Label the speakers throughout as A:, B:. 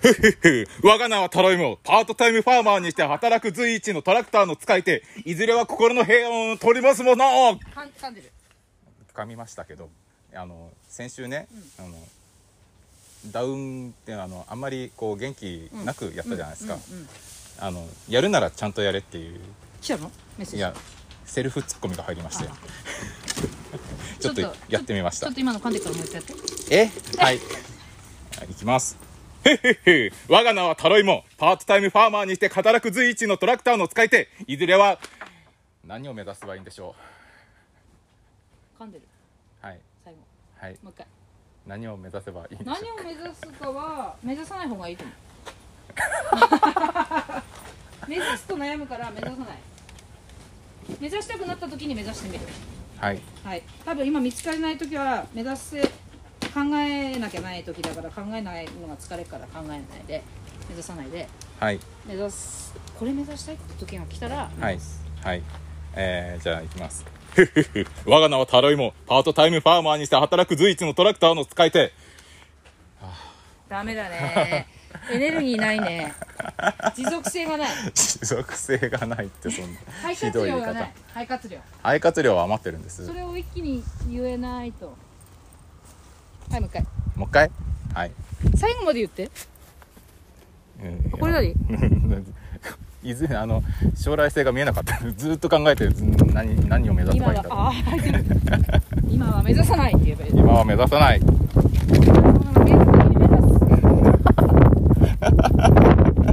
A: ふっふっふ。我が名はタロイモ。パートタイムファーマーにして働く随一のトラクターの使い手。いずれは心の平穏を取りますもの
B: かん噛んでる
A: 噛みましたけど、あの、先週ね、あの、ダウンってあの、あんまりこう元気なくやったじゃないですか。
B: うんうん
A: あの、やるならちゃんとやれっていう。
B: 来たのメッセージ
A: いや、セルフツッコミが入りまして
B: あ。
A: ちょっとやってみまし
B: ち
A: た
B: ょっ。と今の噛んでたらもう一回やって
A: えはい。いきます。 へっへっへ。我が名はタロイモ。パートタイムファーマーにして働く随一のトラクターの使い手。いずれは、何を目指せばいいんでしょ
B: 噛んでる
A: う。はい。
B: 最後
A: はい。
B: もう一回
A: 何を目指せばいいんでしょ
B: 何を目指すかは目指さない方がいいと思う目指すと悩むから目指さない目指したくなった時に目指してみる
A: う。はい。
B: はい多分今見つかれない時は目指せ考えなきゃない時だから考えないのが疲れるから考えないで目指さないで
A: はい。
B: 目指すこれ目指したいって時が来たら
A: はい。はい。えー、じゃあ、いきます。 ふっふっふ。我が名はタロイモ。パートタイムファーマーにして働く随一のトラクターの使い手。
B: ダメだねエネルギーないね持続性がない
A: 持続性がないって、そんな。
B: 肺
A: ひ
B: 活
A: どい言
B: 量
A: い
B: がな
A: 方
B: い。肺活量
A: 肺活量は余ってるんです。
B: それを一気に言えないとはいもう一回
A: もう一回はい。
B: 最後まで言って
A: うん
B: これ何
A: いずれあの将来性が見えなかったずっと考えてるず何何を目指せ
B: 今
A: ばいいん
B: は
A: だろ
B: ああ入ってる 今は目指さないって言えばいいう
A: 今は目指さない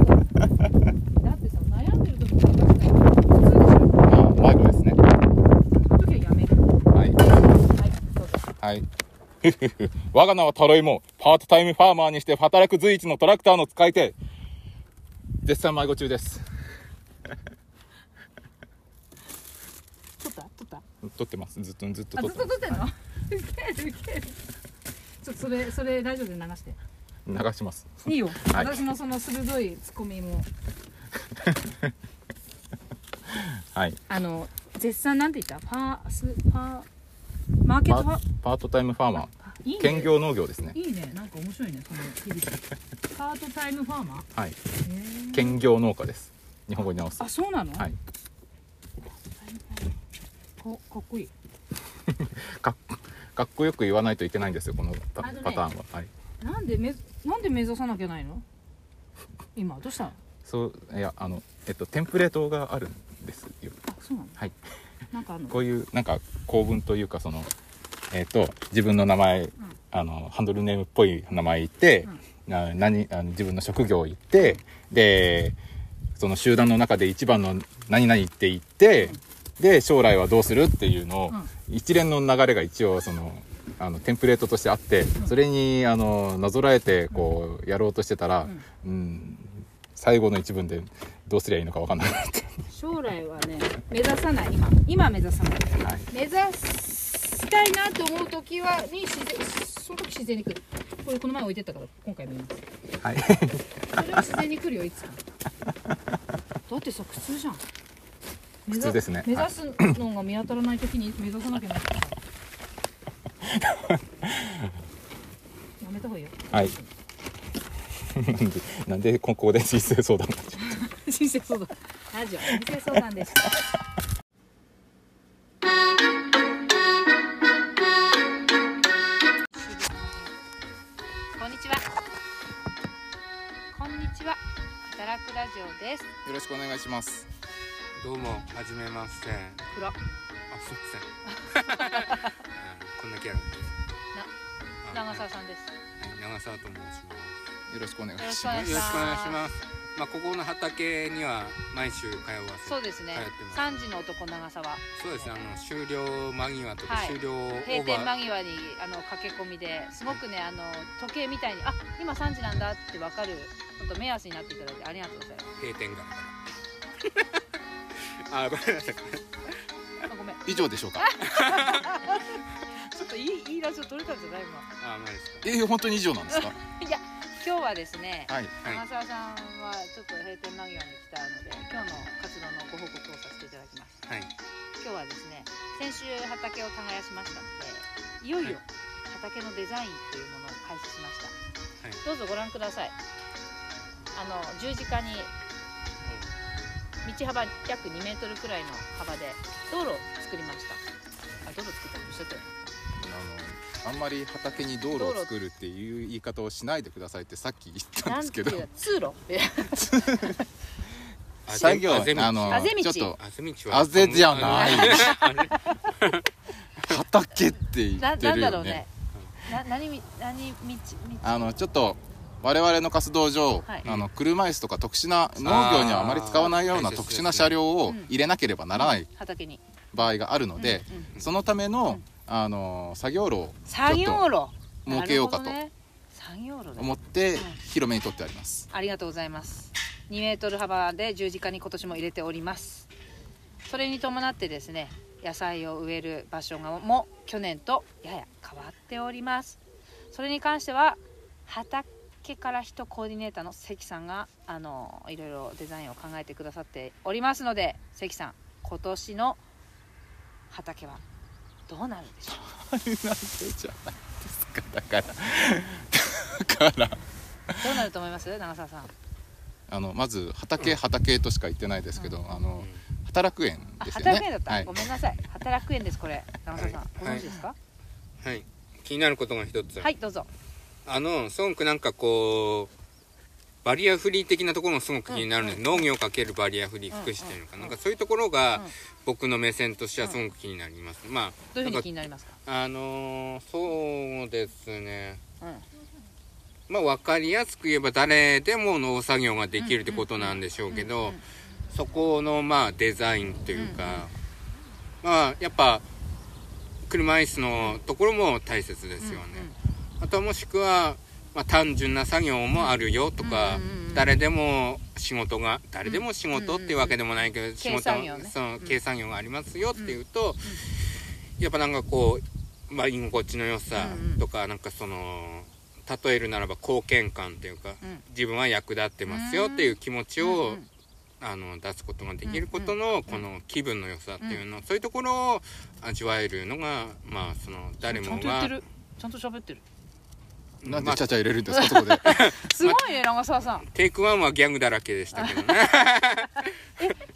B: だってさ悩んでる時に考えたら普通でしょ
A: あ迷子ですね
B: その時はやめる
A: はい
B: はいどうぞ
A: はい 我が名はタロイモパートタイムファーマーにして働く随一のトラクターの使い手絶賛迷子中です
B: 取った取った
A: 撮ってますずっとずっと
B: あ
A: 撮
B: ず
A: っ
B: ってと取ってんの ウケるウケるちょっとそれそれラジオで流して
A: ます流します
B: いいよ、
A: はい
B: 私のその鋭いツッコミも
A: はい
B: あの絶賛なんて言ったパースパーマーケッ
A: パ
B: トファ
A: パートタイムファーマ
B: あいい
A: ー
B: ね
A: 兼業農業ですね
B: いいねなんか面白いねその響きパートタイムファーマー
A: はい
B: へー
A: 兼業農家です日本語に直す
B: あそうなの、
A: はい
B: かかっこいい
A: かっかっこよく言わないといけないんですよこのパ
B: あのね
A: パターンは、はい、
B: なんでめなんで目指さなきゃないの今どうしたの
A: そういやあのえっとテンプレートがあるんですよ
B: あそうなの
A: はい
B: なんかあんの
A: こういうなんか構文というかそのえっと自分の名前、
B: ん
A: あのハンドルネームっぽい名前言って、な何あの自分の職業言ってでその集団の中で一番の何々って言って、で将来はどうするっていうのを、一連の流れが一応そのあのテンプレートとしてあって、それにあのなぞらえてこうやろうとしてたら、うん最後の一文でどうすりゃいいのか分かんなくなって、
B: 将来はね目指さない今今目指さない
A: はい、
B: 目指したいなと思う時はに自然その時自然に来るこれこの前置いてったから今回見ます
A: はい
B: それは自然に来るよいつかだってさ苦痛じゃん目指
A: 苦痛ですね
B: 目指すのが見当たらない時に目指さなきゃならないやめた方がいいよ
A: はいなんで なんでここで人生相談になっちゃ
B: 人生相談ラジオ人生相談でしたこんにちはこんにちは働くラジオです
A: うよろしくお願いします
C: どうも、はじめまして。あ、
B: 黒
C: すいません。 あこんなキャラです。あ
B: 長澤さんです
C: はい長澤と申しま
A: よろしくお願い
B: し
A: し
B: ます
A: ます
B: お願い
C: す。
B: し
C: よろしくお願
B: ま
C: い
B: す
C: します。まあ、ここの畑には毎週通わせて。
B: そうですね
C: 通ってます
B: 三時の男長澤
C: そうですね。あの終了間際とか、
B: はい
C: 終了オ
B: 閉店
C: ーバー。
B: 間際にあの駆け込みですごくねあの時計みたいにあ今3時なんだってわかるちょっと目安になっていただいてありがとうございま
C: 閉店から。あ、ごめんなさ
B: す
C: い。
B: あごめん
A: 以上でしょうか
B: ちょっといいいいラジオ撮れたんじゃない今
C: あ、まあですか。
A: えー、本当に以上なんですか
B: いや今日はですね、
A: はい
C: は
B: 長
C: い。
B: 澤さんはちょっと閉店間際に来たので今日の活動のご報告をさせていただきます
C: はい。
B: 今日はですね先週畑を耕しましたのでいよいよ畑のデザインというものを開始しました、
C: はい
B: どうぞご覧くださいあの十字架に道幅約2メートルくらいの幅で道路を作りましたあ道路作ったの一緒だよね
A: あのあんまり畑に道路を作るっていう言い方をしないでくださいってさっき言ったん
B: な
A: で
B: ん
A: す
B: てい
A: け
B: う
A: ど
B: か通路
C: あ
A: 作業
C: あぜ道
A: あの
B: あぜ道
A: ちょっと
C: あぜ道は
A: あぜじゃない
C: あれ
A: 畑って言
B: な
A: って
B: なん
A: る
B: だ
A: よ
B: ろう
A: ね
B: ねな何み何道道
A: あのちょっと我々の活動上、
B: はい
A: あの車椅子とか特殊な農業にはあまり使わないような
C: あー
A: 特殊な車両を入れなければならない
B: 畑に
A: 場合があるので、
B: うんうん
A: そのため
B: う
A: の
B: ん
A: あの作業路を
B: 作業路
A: 設けようかと
B: なるほどね作業路だ
A: 思って広めに取ってあります。
B: ありがとうございます2メートル幅で十字架に今年も入れておりますそれに伴ってですね野菜を植える場所がも去年とやや変わっておりますそれに関しては畑から人コーディネーターの関さんがあのいろいろデザインを考えてくださっておりますので関さん今年の畑はどう なるでしょう
A: なんでじゃないですかだからだ から
B: どうなると思います長澤さん
A: あのまず畑畑としか言ってないですけど、あの働く園
B: あ、
A: ですよね。
B: 働く園だった、
A: はい
B: ごめんなさい働く園ですこれ長澤さん、
C: はい
B: ご存知ですか
C: はい気になることが一つ
B: はいどうぞ
C: あのすごくなんかこうバリアフリー的なところもすごく気になるんです、農業かけるバリアフリー福祉っていうのか、
B: うんうん
C: な
B: うん
C: んかそういうところが
B: うん
C: 僕の目線としてはすごく気になります、まあ
B: どういうふう
C: なん
B: に
C: か
B: 気になりますか
C: あのーそうですね
B: うん
C: まあ分かりやすく言えば誰でも農作業ができるってことなんでしょうけ
B: うんうんう
C: ど
B: ん
C: そこのまあデザインというかまあやっぱ車椅子のところも大切ですよねあとはもしくはまあ単純な作業もあるよとか
B: うんうんうん
C: 誰でも仕事が誰でも仕事っていうわけでもないけど仕事
B: 計算業ね
C: そう
B: うん
C: 計算業がありますよっていうとやっぱなんかこうまあ居心地の良さとかなんかその例えるならば貢献感というか
B: うんうん
C: 自分は役立ってますよっていう気持ちを、
B: うんうん
C: あの出すことができることのこの気分の良さっていうの、そういうところを味わえるのがまあその誰
B: ちゃ
C: も
B: んと言って
C: が
B: るちゃんと喋ってる
A: なんで
C: まあ
A: ちゃちゃ入れるんですか そこで。
B: すごいね長澤さん
C: テイクワンはギャグだらけでしたけど ね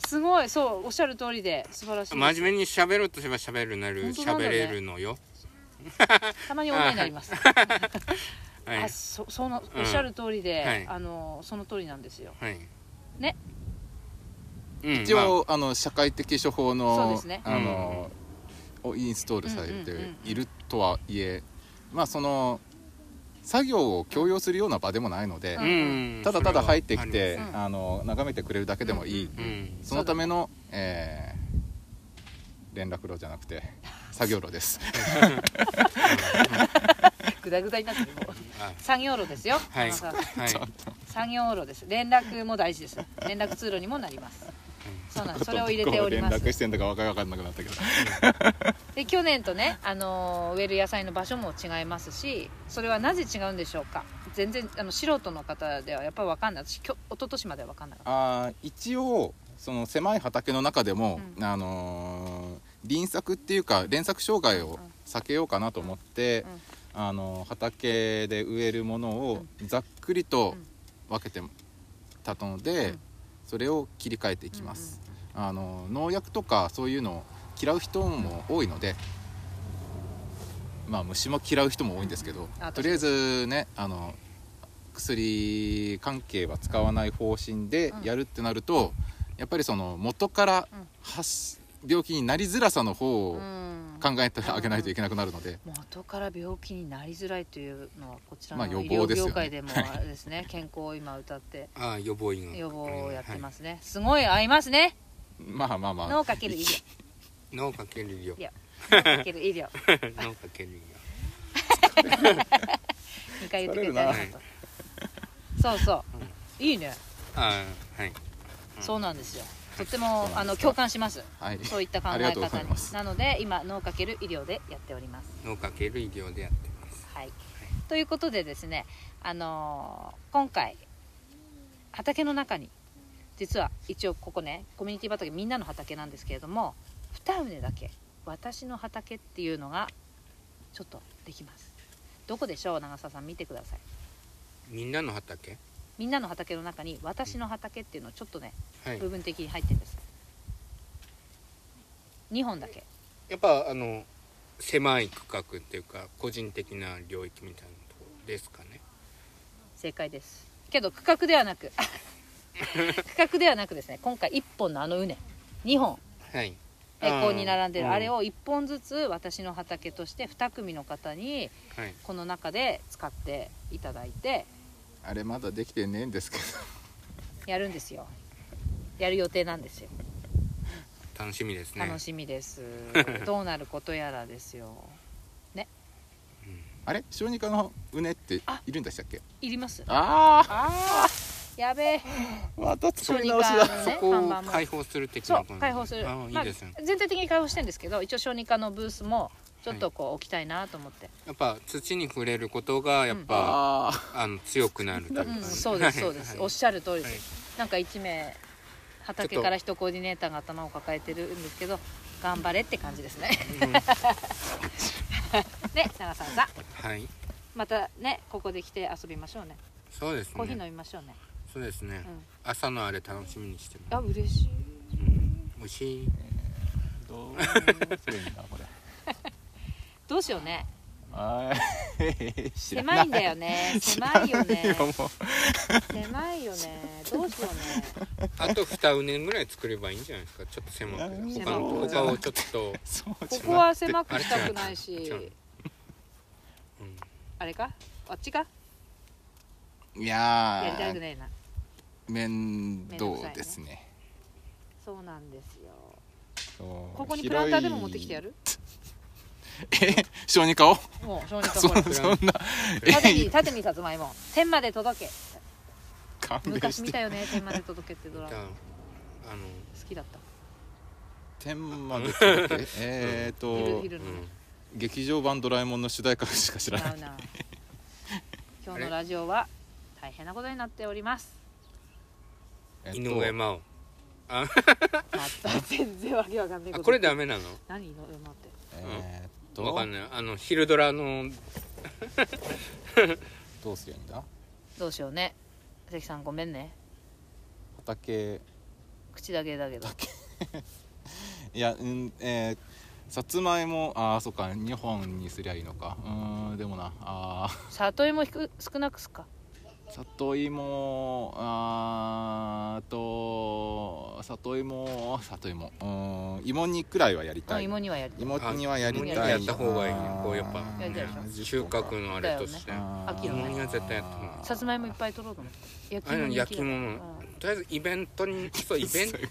B: すごいそうおっしゃる通りで素晴らしい
C: 真面目に喋ろうとすれば喋るなる
B: 本当なんだ
C: 喋
B: ね
C: れるのよ、
B: たまに女になります
C: はい
B: あそその
C: うん
B: おっしゃる通りで、
C: はい
B: あのその通りなんですよ
C: はい
B: ね
C: うん
A: 一応、あ、の社会的処方
B: そう
A: の、
B: ですね
A: あの、をインストールされ
B: うんうんうん
A: て
B: うん
A: いるとはいえ、まあその作業を強要するような場でもないので、
C: ま
B: う
C: あうん
A: ただただ入ってきて
C: それは
B: うん
A: あの眺めてくれるだけでもいい、
C: ありますうん
A: そのための、えー連絡路じゃなくて作業路です。
B: グダグダになってるもう
C: あ
B: 作業路ですよ、
C: はい
B: 長澤さん
C: は い
A: ちょっと
B: 作業路です連絡も大事です連絡通路にもなりますそうなんですそれを入れておりま
A: どこを連絡し
B: す
A: てんだかわかんなくなったけど。
B: で去年とね、あのー植える野菜の場所も違いますしそれはなぜ違うんでしょうか全然あの素人の方ではやっぱり分かんない私きょ一昨年までは分かんなかっ
A: あー一応その狭い畑の中でも、
B: うん
A: あのー輪作っていうか連作障害
B: うん
A: を避けようかなと思って、あのー畑で植えるものをざっくりと分けてたので、
B: うん
A: それを切り替えていきます、あのー農薬とかそういうのを嫌う人も多いので、まあ虫も嫌う人も多いんですけど、
B: あ
A: とりあえずねあの薬関係は使わない方針で
B: うん
A: やるってなると、やっぱりその元から
B: うん
A: 発し病気になりづらさの方
B: た、う
A: を
B: ん、
A: 考えてあげないといけなくなるので、
B: 元から病気になりづらいというのはこちら
A: ま
B: の
A: あ
B: 医
A: 予防
B: 療
A: ですよ
B: 業
A: ね
B: 界でもあれで すね健康を今歌って
C: あ予防医学、
B: 予防をやってますすね、すごい合いますね
A: まあまあまあ
B: 脳かける医療
C: はい、脳かけるよ
B: いや脳かける医療
C: 脳かけるよ
B: 2回言ってくれてありがとうそうそういいね
C: あはい
B: そうなんですよ。とっても
A: そうなんですか
B: あの共感します。
A: はい
B: そういった考え
A: ありがとうご
B: 方
A: ざい
B: に
A: ます
B: なので今脳かける医療でやっております。
C: 脳かける医療でやってます
B: はい。ということでですね、あのー今回畑の中に実は一応ここねコミュニティ畑みんなの畑なんですけれども二棟だけ私の畑っていうのがちょっとできます。どこでしょう長澤さん見てください。
C: みんなの畑
B: みんなの畑の中に私の畑っていうのをちょっとね
C: はい
B: 部分的に入ってるんです2本だけ
C: やっぱあの狭い区画っていうか個人的な領域みたいなところですかね
B: 正解ですけど区画ではなく 区画ではなくですね今回1本のあの畝2本
C: はい
B: 平行に並んでるあれ、
C: う
B: を1本ずつ私の畑として2組の方に
C: はい、
B: この中で使っていただいて
A: あれまだできてねえんですけど
B: やるんですよやる予定なんですよ
C: 楽しみですね
B: 楽しみです、 どうなることやらですよ
A: あれ小児科のうねって
B: あ
A: いるんでしたっけ
B: いります
A: あ
B: あーやべえ
A: あまた
B: 小
A: 作り
B: 児
A: 直し
B: 科
A: だ
B: の
C: そ
B: ね
C: こ
B: 看
C: を
B: 板も
C: 開放する的
B: そ
C: な
B: う開放する
C: あーいいですね、
B: まあ、全体的に開放してるんですけど一応小児科のブースもちょっとこう置きたいなと思って、
C: やっぱ土に触れることがやっぱ、
A: あ
C: あの強くなるというか、
B: うん、そうですそうです、おっしゃる通りです、
C: はい
B: なんか1名畑から人コーディネーターが頭を抱えてるんですけど頑張れって感じですね
C: うんは
B: ね長澤さん
C: い
B: またねここで来て遊びましょうね
C: そうですね
B: コーヒー飲みましょうね
C: そうですね、
B: うん
C: 朝のあれ楽しみにして
B: あ
C: ます、
B: 嬉しい
C: うん、美味しい
A: ーどうするんだこれ
B: どうしようね
A: あー知らな
B: 狭いんだよ ね
A: 知
B: 狭
A: ら
B: いよ
A: な
B: ね
A: いよもう
B: 狭いよね どうしようね
C: あと二うねぐらい作ればいいんじゃないですかちょっと狭く
A: うん
C: 他の他をちょっと、
A: そうじ
B: こ
A: ゃなくて
B: こは狭くしたくないし
C: 違ううん、
B: あれかあっちか
A: いやー
B: やりたくねえな
A: 面倒ですね
B: そうなんですよ
A: そう
B: ここにプランターでも持ってきてやる
A: 広いえ小児科を
B: もう小児科
A: そ
B: ほら
A: んそんな
B: 縦 に縦にさつまいも天まで届け
A: 勘弁
B: 昔
A: し
B: 見た
A: て
B: よ ね天まで届けってドラマ
C: じゃ
B: 好
C: ああの
B: きだった
A: 天まで届けえー
B: 昼
A: と
B: 昼のね
A: 劇場版ドラえもんの主題歌しか知ら
B: 違
A: な
B: う
A: い
B: な今日のラジオは大変なことになっております
A: え
C: うん、井
A: っと
C: 上真央
B: また全然わけわかんない
C: あ
B: こと
C: これダメなの
B: 何の馬って
A: えーっ
C: わか
A: と
C: んないあの昼ドラの
A: どうすりゃいいんだ
B: どうしようね関さんごめんね
A: 畑
B: 口だけだけど
A: いやうんえーさつまいもああそうか2本にすりゃいいのかうーんでもなあ
B: 里芋ひく少なくすか
A: ー里芋あーと里芋里芋うーん芋煮くらいはやり
B: う
A: た
B: ん
A: い
B: 芋にはやり
A: 芋煮はやりたい
B: 芋煮やった
C: 方がいいねこうやっぱ
A: あー
B: やりたいでしょ
A: 10
C: 収
A: 本か
C: 穫のあれとして、
B: だよね秋の
C: 芋煮は絶対やった方がいい
B: さつまいもいっぱい取ろうと思って焼
C: あの焼き
B: も
C: 物とりあえずイベントに そうイベントに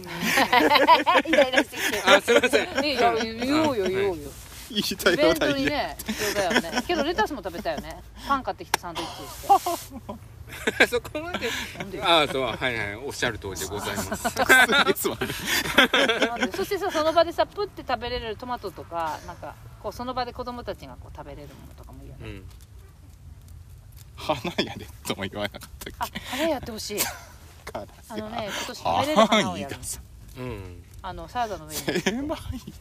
B: イライラしてきて
C: あすいませ ん
B: いや言おうよ
C: はい
B: 言おうよ
A: 言いた
B: イ
A: い
B: ベ
A: 放
B: ント
A: 題
B: に
A: 言え
B: ね必要だよねけどレタスも食べたよねパン買ってきてサンドイッチして
C: そこまで
B: なん でよ
C: ああそうはいはいおっしゃる通りでござ います
A: いつも
B: なんでそしてさその場でさプって食べれるトマトとかなんかこうその場で子供たちがこう食べれるものとかもいいよ
C: う
B: ね
C: ん
A: 花やでとも言わなかったっ
B: あ花やってほしい
A: けから
B: あの ね今年食べれる花を
A: 範囲
B: やる
A: がさ
C: うん
B: あのサラダの上に
A: 狭いっ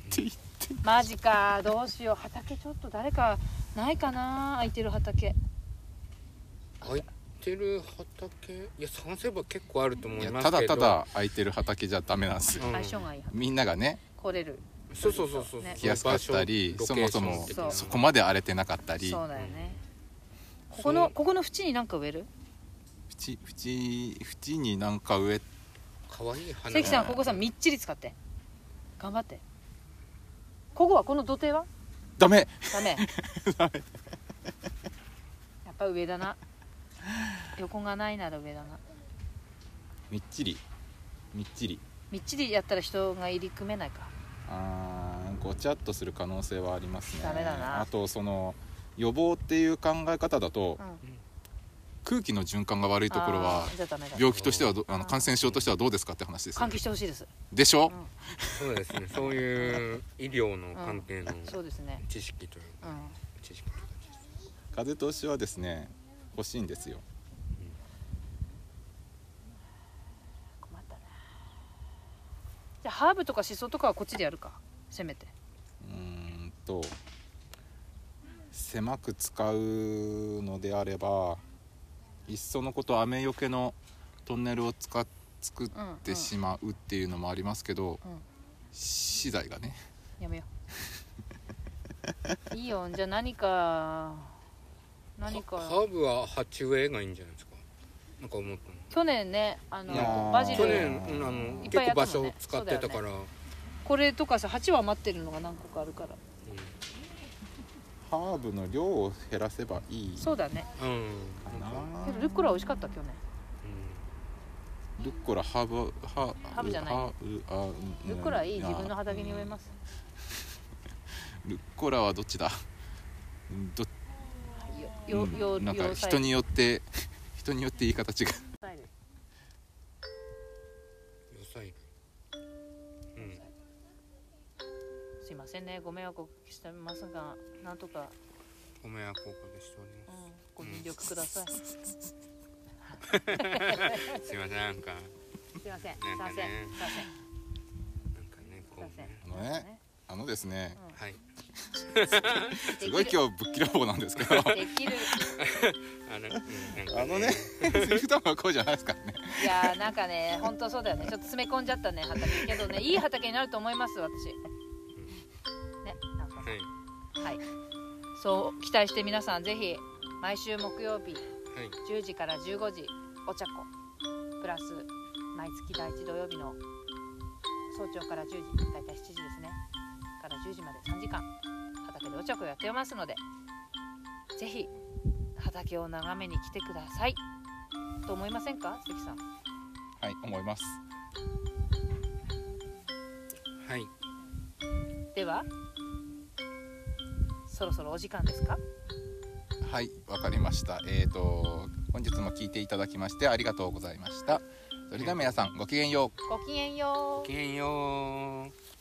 A: て言って
B: マジかどうしよう畑ちょっと誰かないかな空いてる畑
C: 空いてる畑いや探せば結構あると思
A: い
C: い
A: や
C: ます
A: た
C: けど
A: だただ空いてる畑じゃダメなんですよ
C: うん
B: 相性がいい畑
A: みんながね
B: 来れる
C: そうそうそうそう
B: ね
A: 来やすかったり
C: 場
A: そ
C: 所
A: もそ
C: ロ
A: も
C: ケーション的な
A: そこまで荒れてなかったり
B: そうだよねここのここの縁になんか植える
A: 縁縁縁になんか植え
C: 可愛い花が
B: 関さんここさみっちり使って頑張ってここはこの土手は
A: ダメ
B: ダメやっぱ上だな横がないなら上だな
A: みっちりみっちり
B: みっちりやったら人が入り組めないか
A: あーごちゃっとする可能性はありますね
B: ダメだな
A: あとその予防っていう考え方だと
B: うん
A: 空気の循環が悪いところは
B: あーじゃあダメだ
A: 病気としてはどあ
B: あ
A: の
B: ー
A: 感染症としてはどうですかって話ですよ
B: 換気してほしいです、
A: でしょ
B: う、ん、
C: そうですねそういう医療の関係の
B: そうですね
C: 知識という
B: う
C: か
B: ん
C: 知識というか
A: 風通しはですね欲しいんですよ
B: 困ったなじゃあハーブとかシソとかはこっちでやるかせめて
A: うーんと狭く使うのであればいっそのこと雨よけのトンネルを使っ作っ
B: うんう
A: て
B: ん
A: しまうっていうのもありますけど、
B: うん
A: 資材がね
B: やめよう いいよじゃあ何か何
C: ハ
B: か
C: ハーブは鉢植えがいいんじゃないですかなんか思ったの
B: 去年ねあ
A: いやー
B: のバジ
C: 去
B: ル
C: 年うんあの
B: いっ
C: 結
B: ぱいや
C: 構
B: ったもんね
C: 場所を使ってたから
B: これとかさ鉢は余ってるのが何個かあるから
A: ハーブの量を減らせばいい
B: そう
A: か
B: だね
C: うんうんな
A: なん
C: か
B: けどルッコラ美味しかった去年
A: ルッコラハーブハ
B: ハーブじゃない
A: ハーブあうん
B: ルッコラいい自分の畑に植えます
A: ルッコラはどっちだうんど
B: よよ
A: うん
B: よ
A: なん
B: よ
A: か人によって人によって言い方違う
B: スタイル
C: 野菜類うん
B: すいませんねご迷惑をおかけしてますがなんとか、
C: ご迷惑をおかけしており
B: う
C: ま
B: ん、ご尽力ください、す
C: すすいませんなんか
B: いませんす
C: ないん
B: ま
C: か
B: せん
C: ね
B: すいません
C: なんかねこう
B: すいま
C: ね
A: あの
B: せん
A: ねあのですね
B: うん
C: はい
B: です
A: ごい今日ぶっきらぼうなんですけど
B: できる
C: あのうんなんか
A: あのねセリフとかこうじゃないですからね
B: いやーなんかね本当そうだよねちょっと詰め込んじゃったね畑けどねいい畑になると思います私ねなんか
C: はい
B: はいそう期待して皆さんぜひ毎週木曜日
C: はい
B: 10時から15時お茶子プラス毎月第1土曜日の早朝から10時大体7時ですねから10時まで3時間畑でお茶子をやっておりますのでぜひ畑を眺めに来てくださいと思いませんか関さん
A: はい思います
C: はい
B: ではそろそろお時間ですか
A: はいわかりましたえっ、と本日も聞いていただきましてありがとうございましたそれでは皆さんごきげんよう
B: ごきげんよう
C: ごきげんよう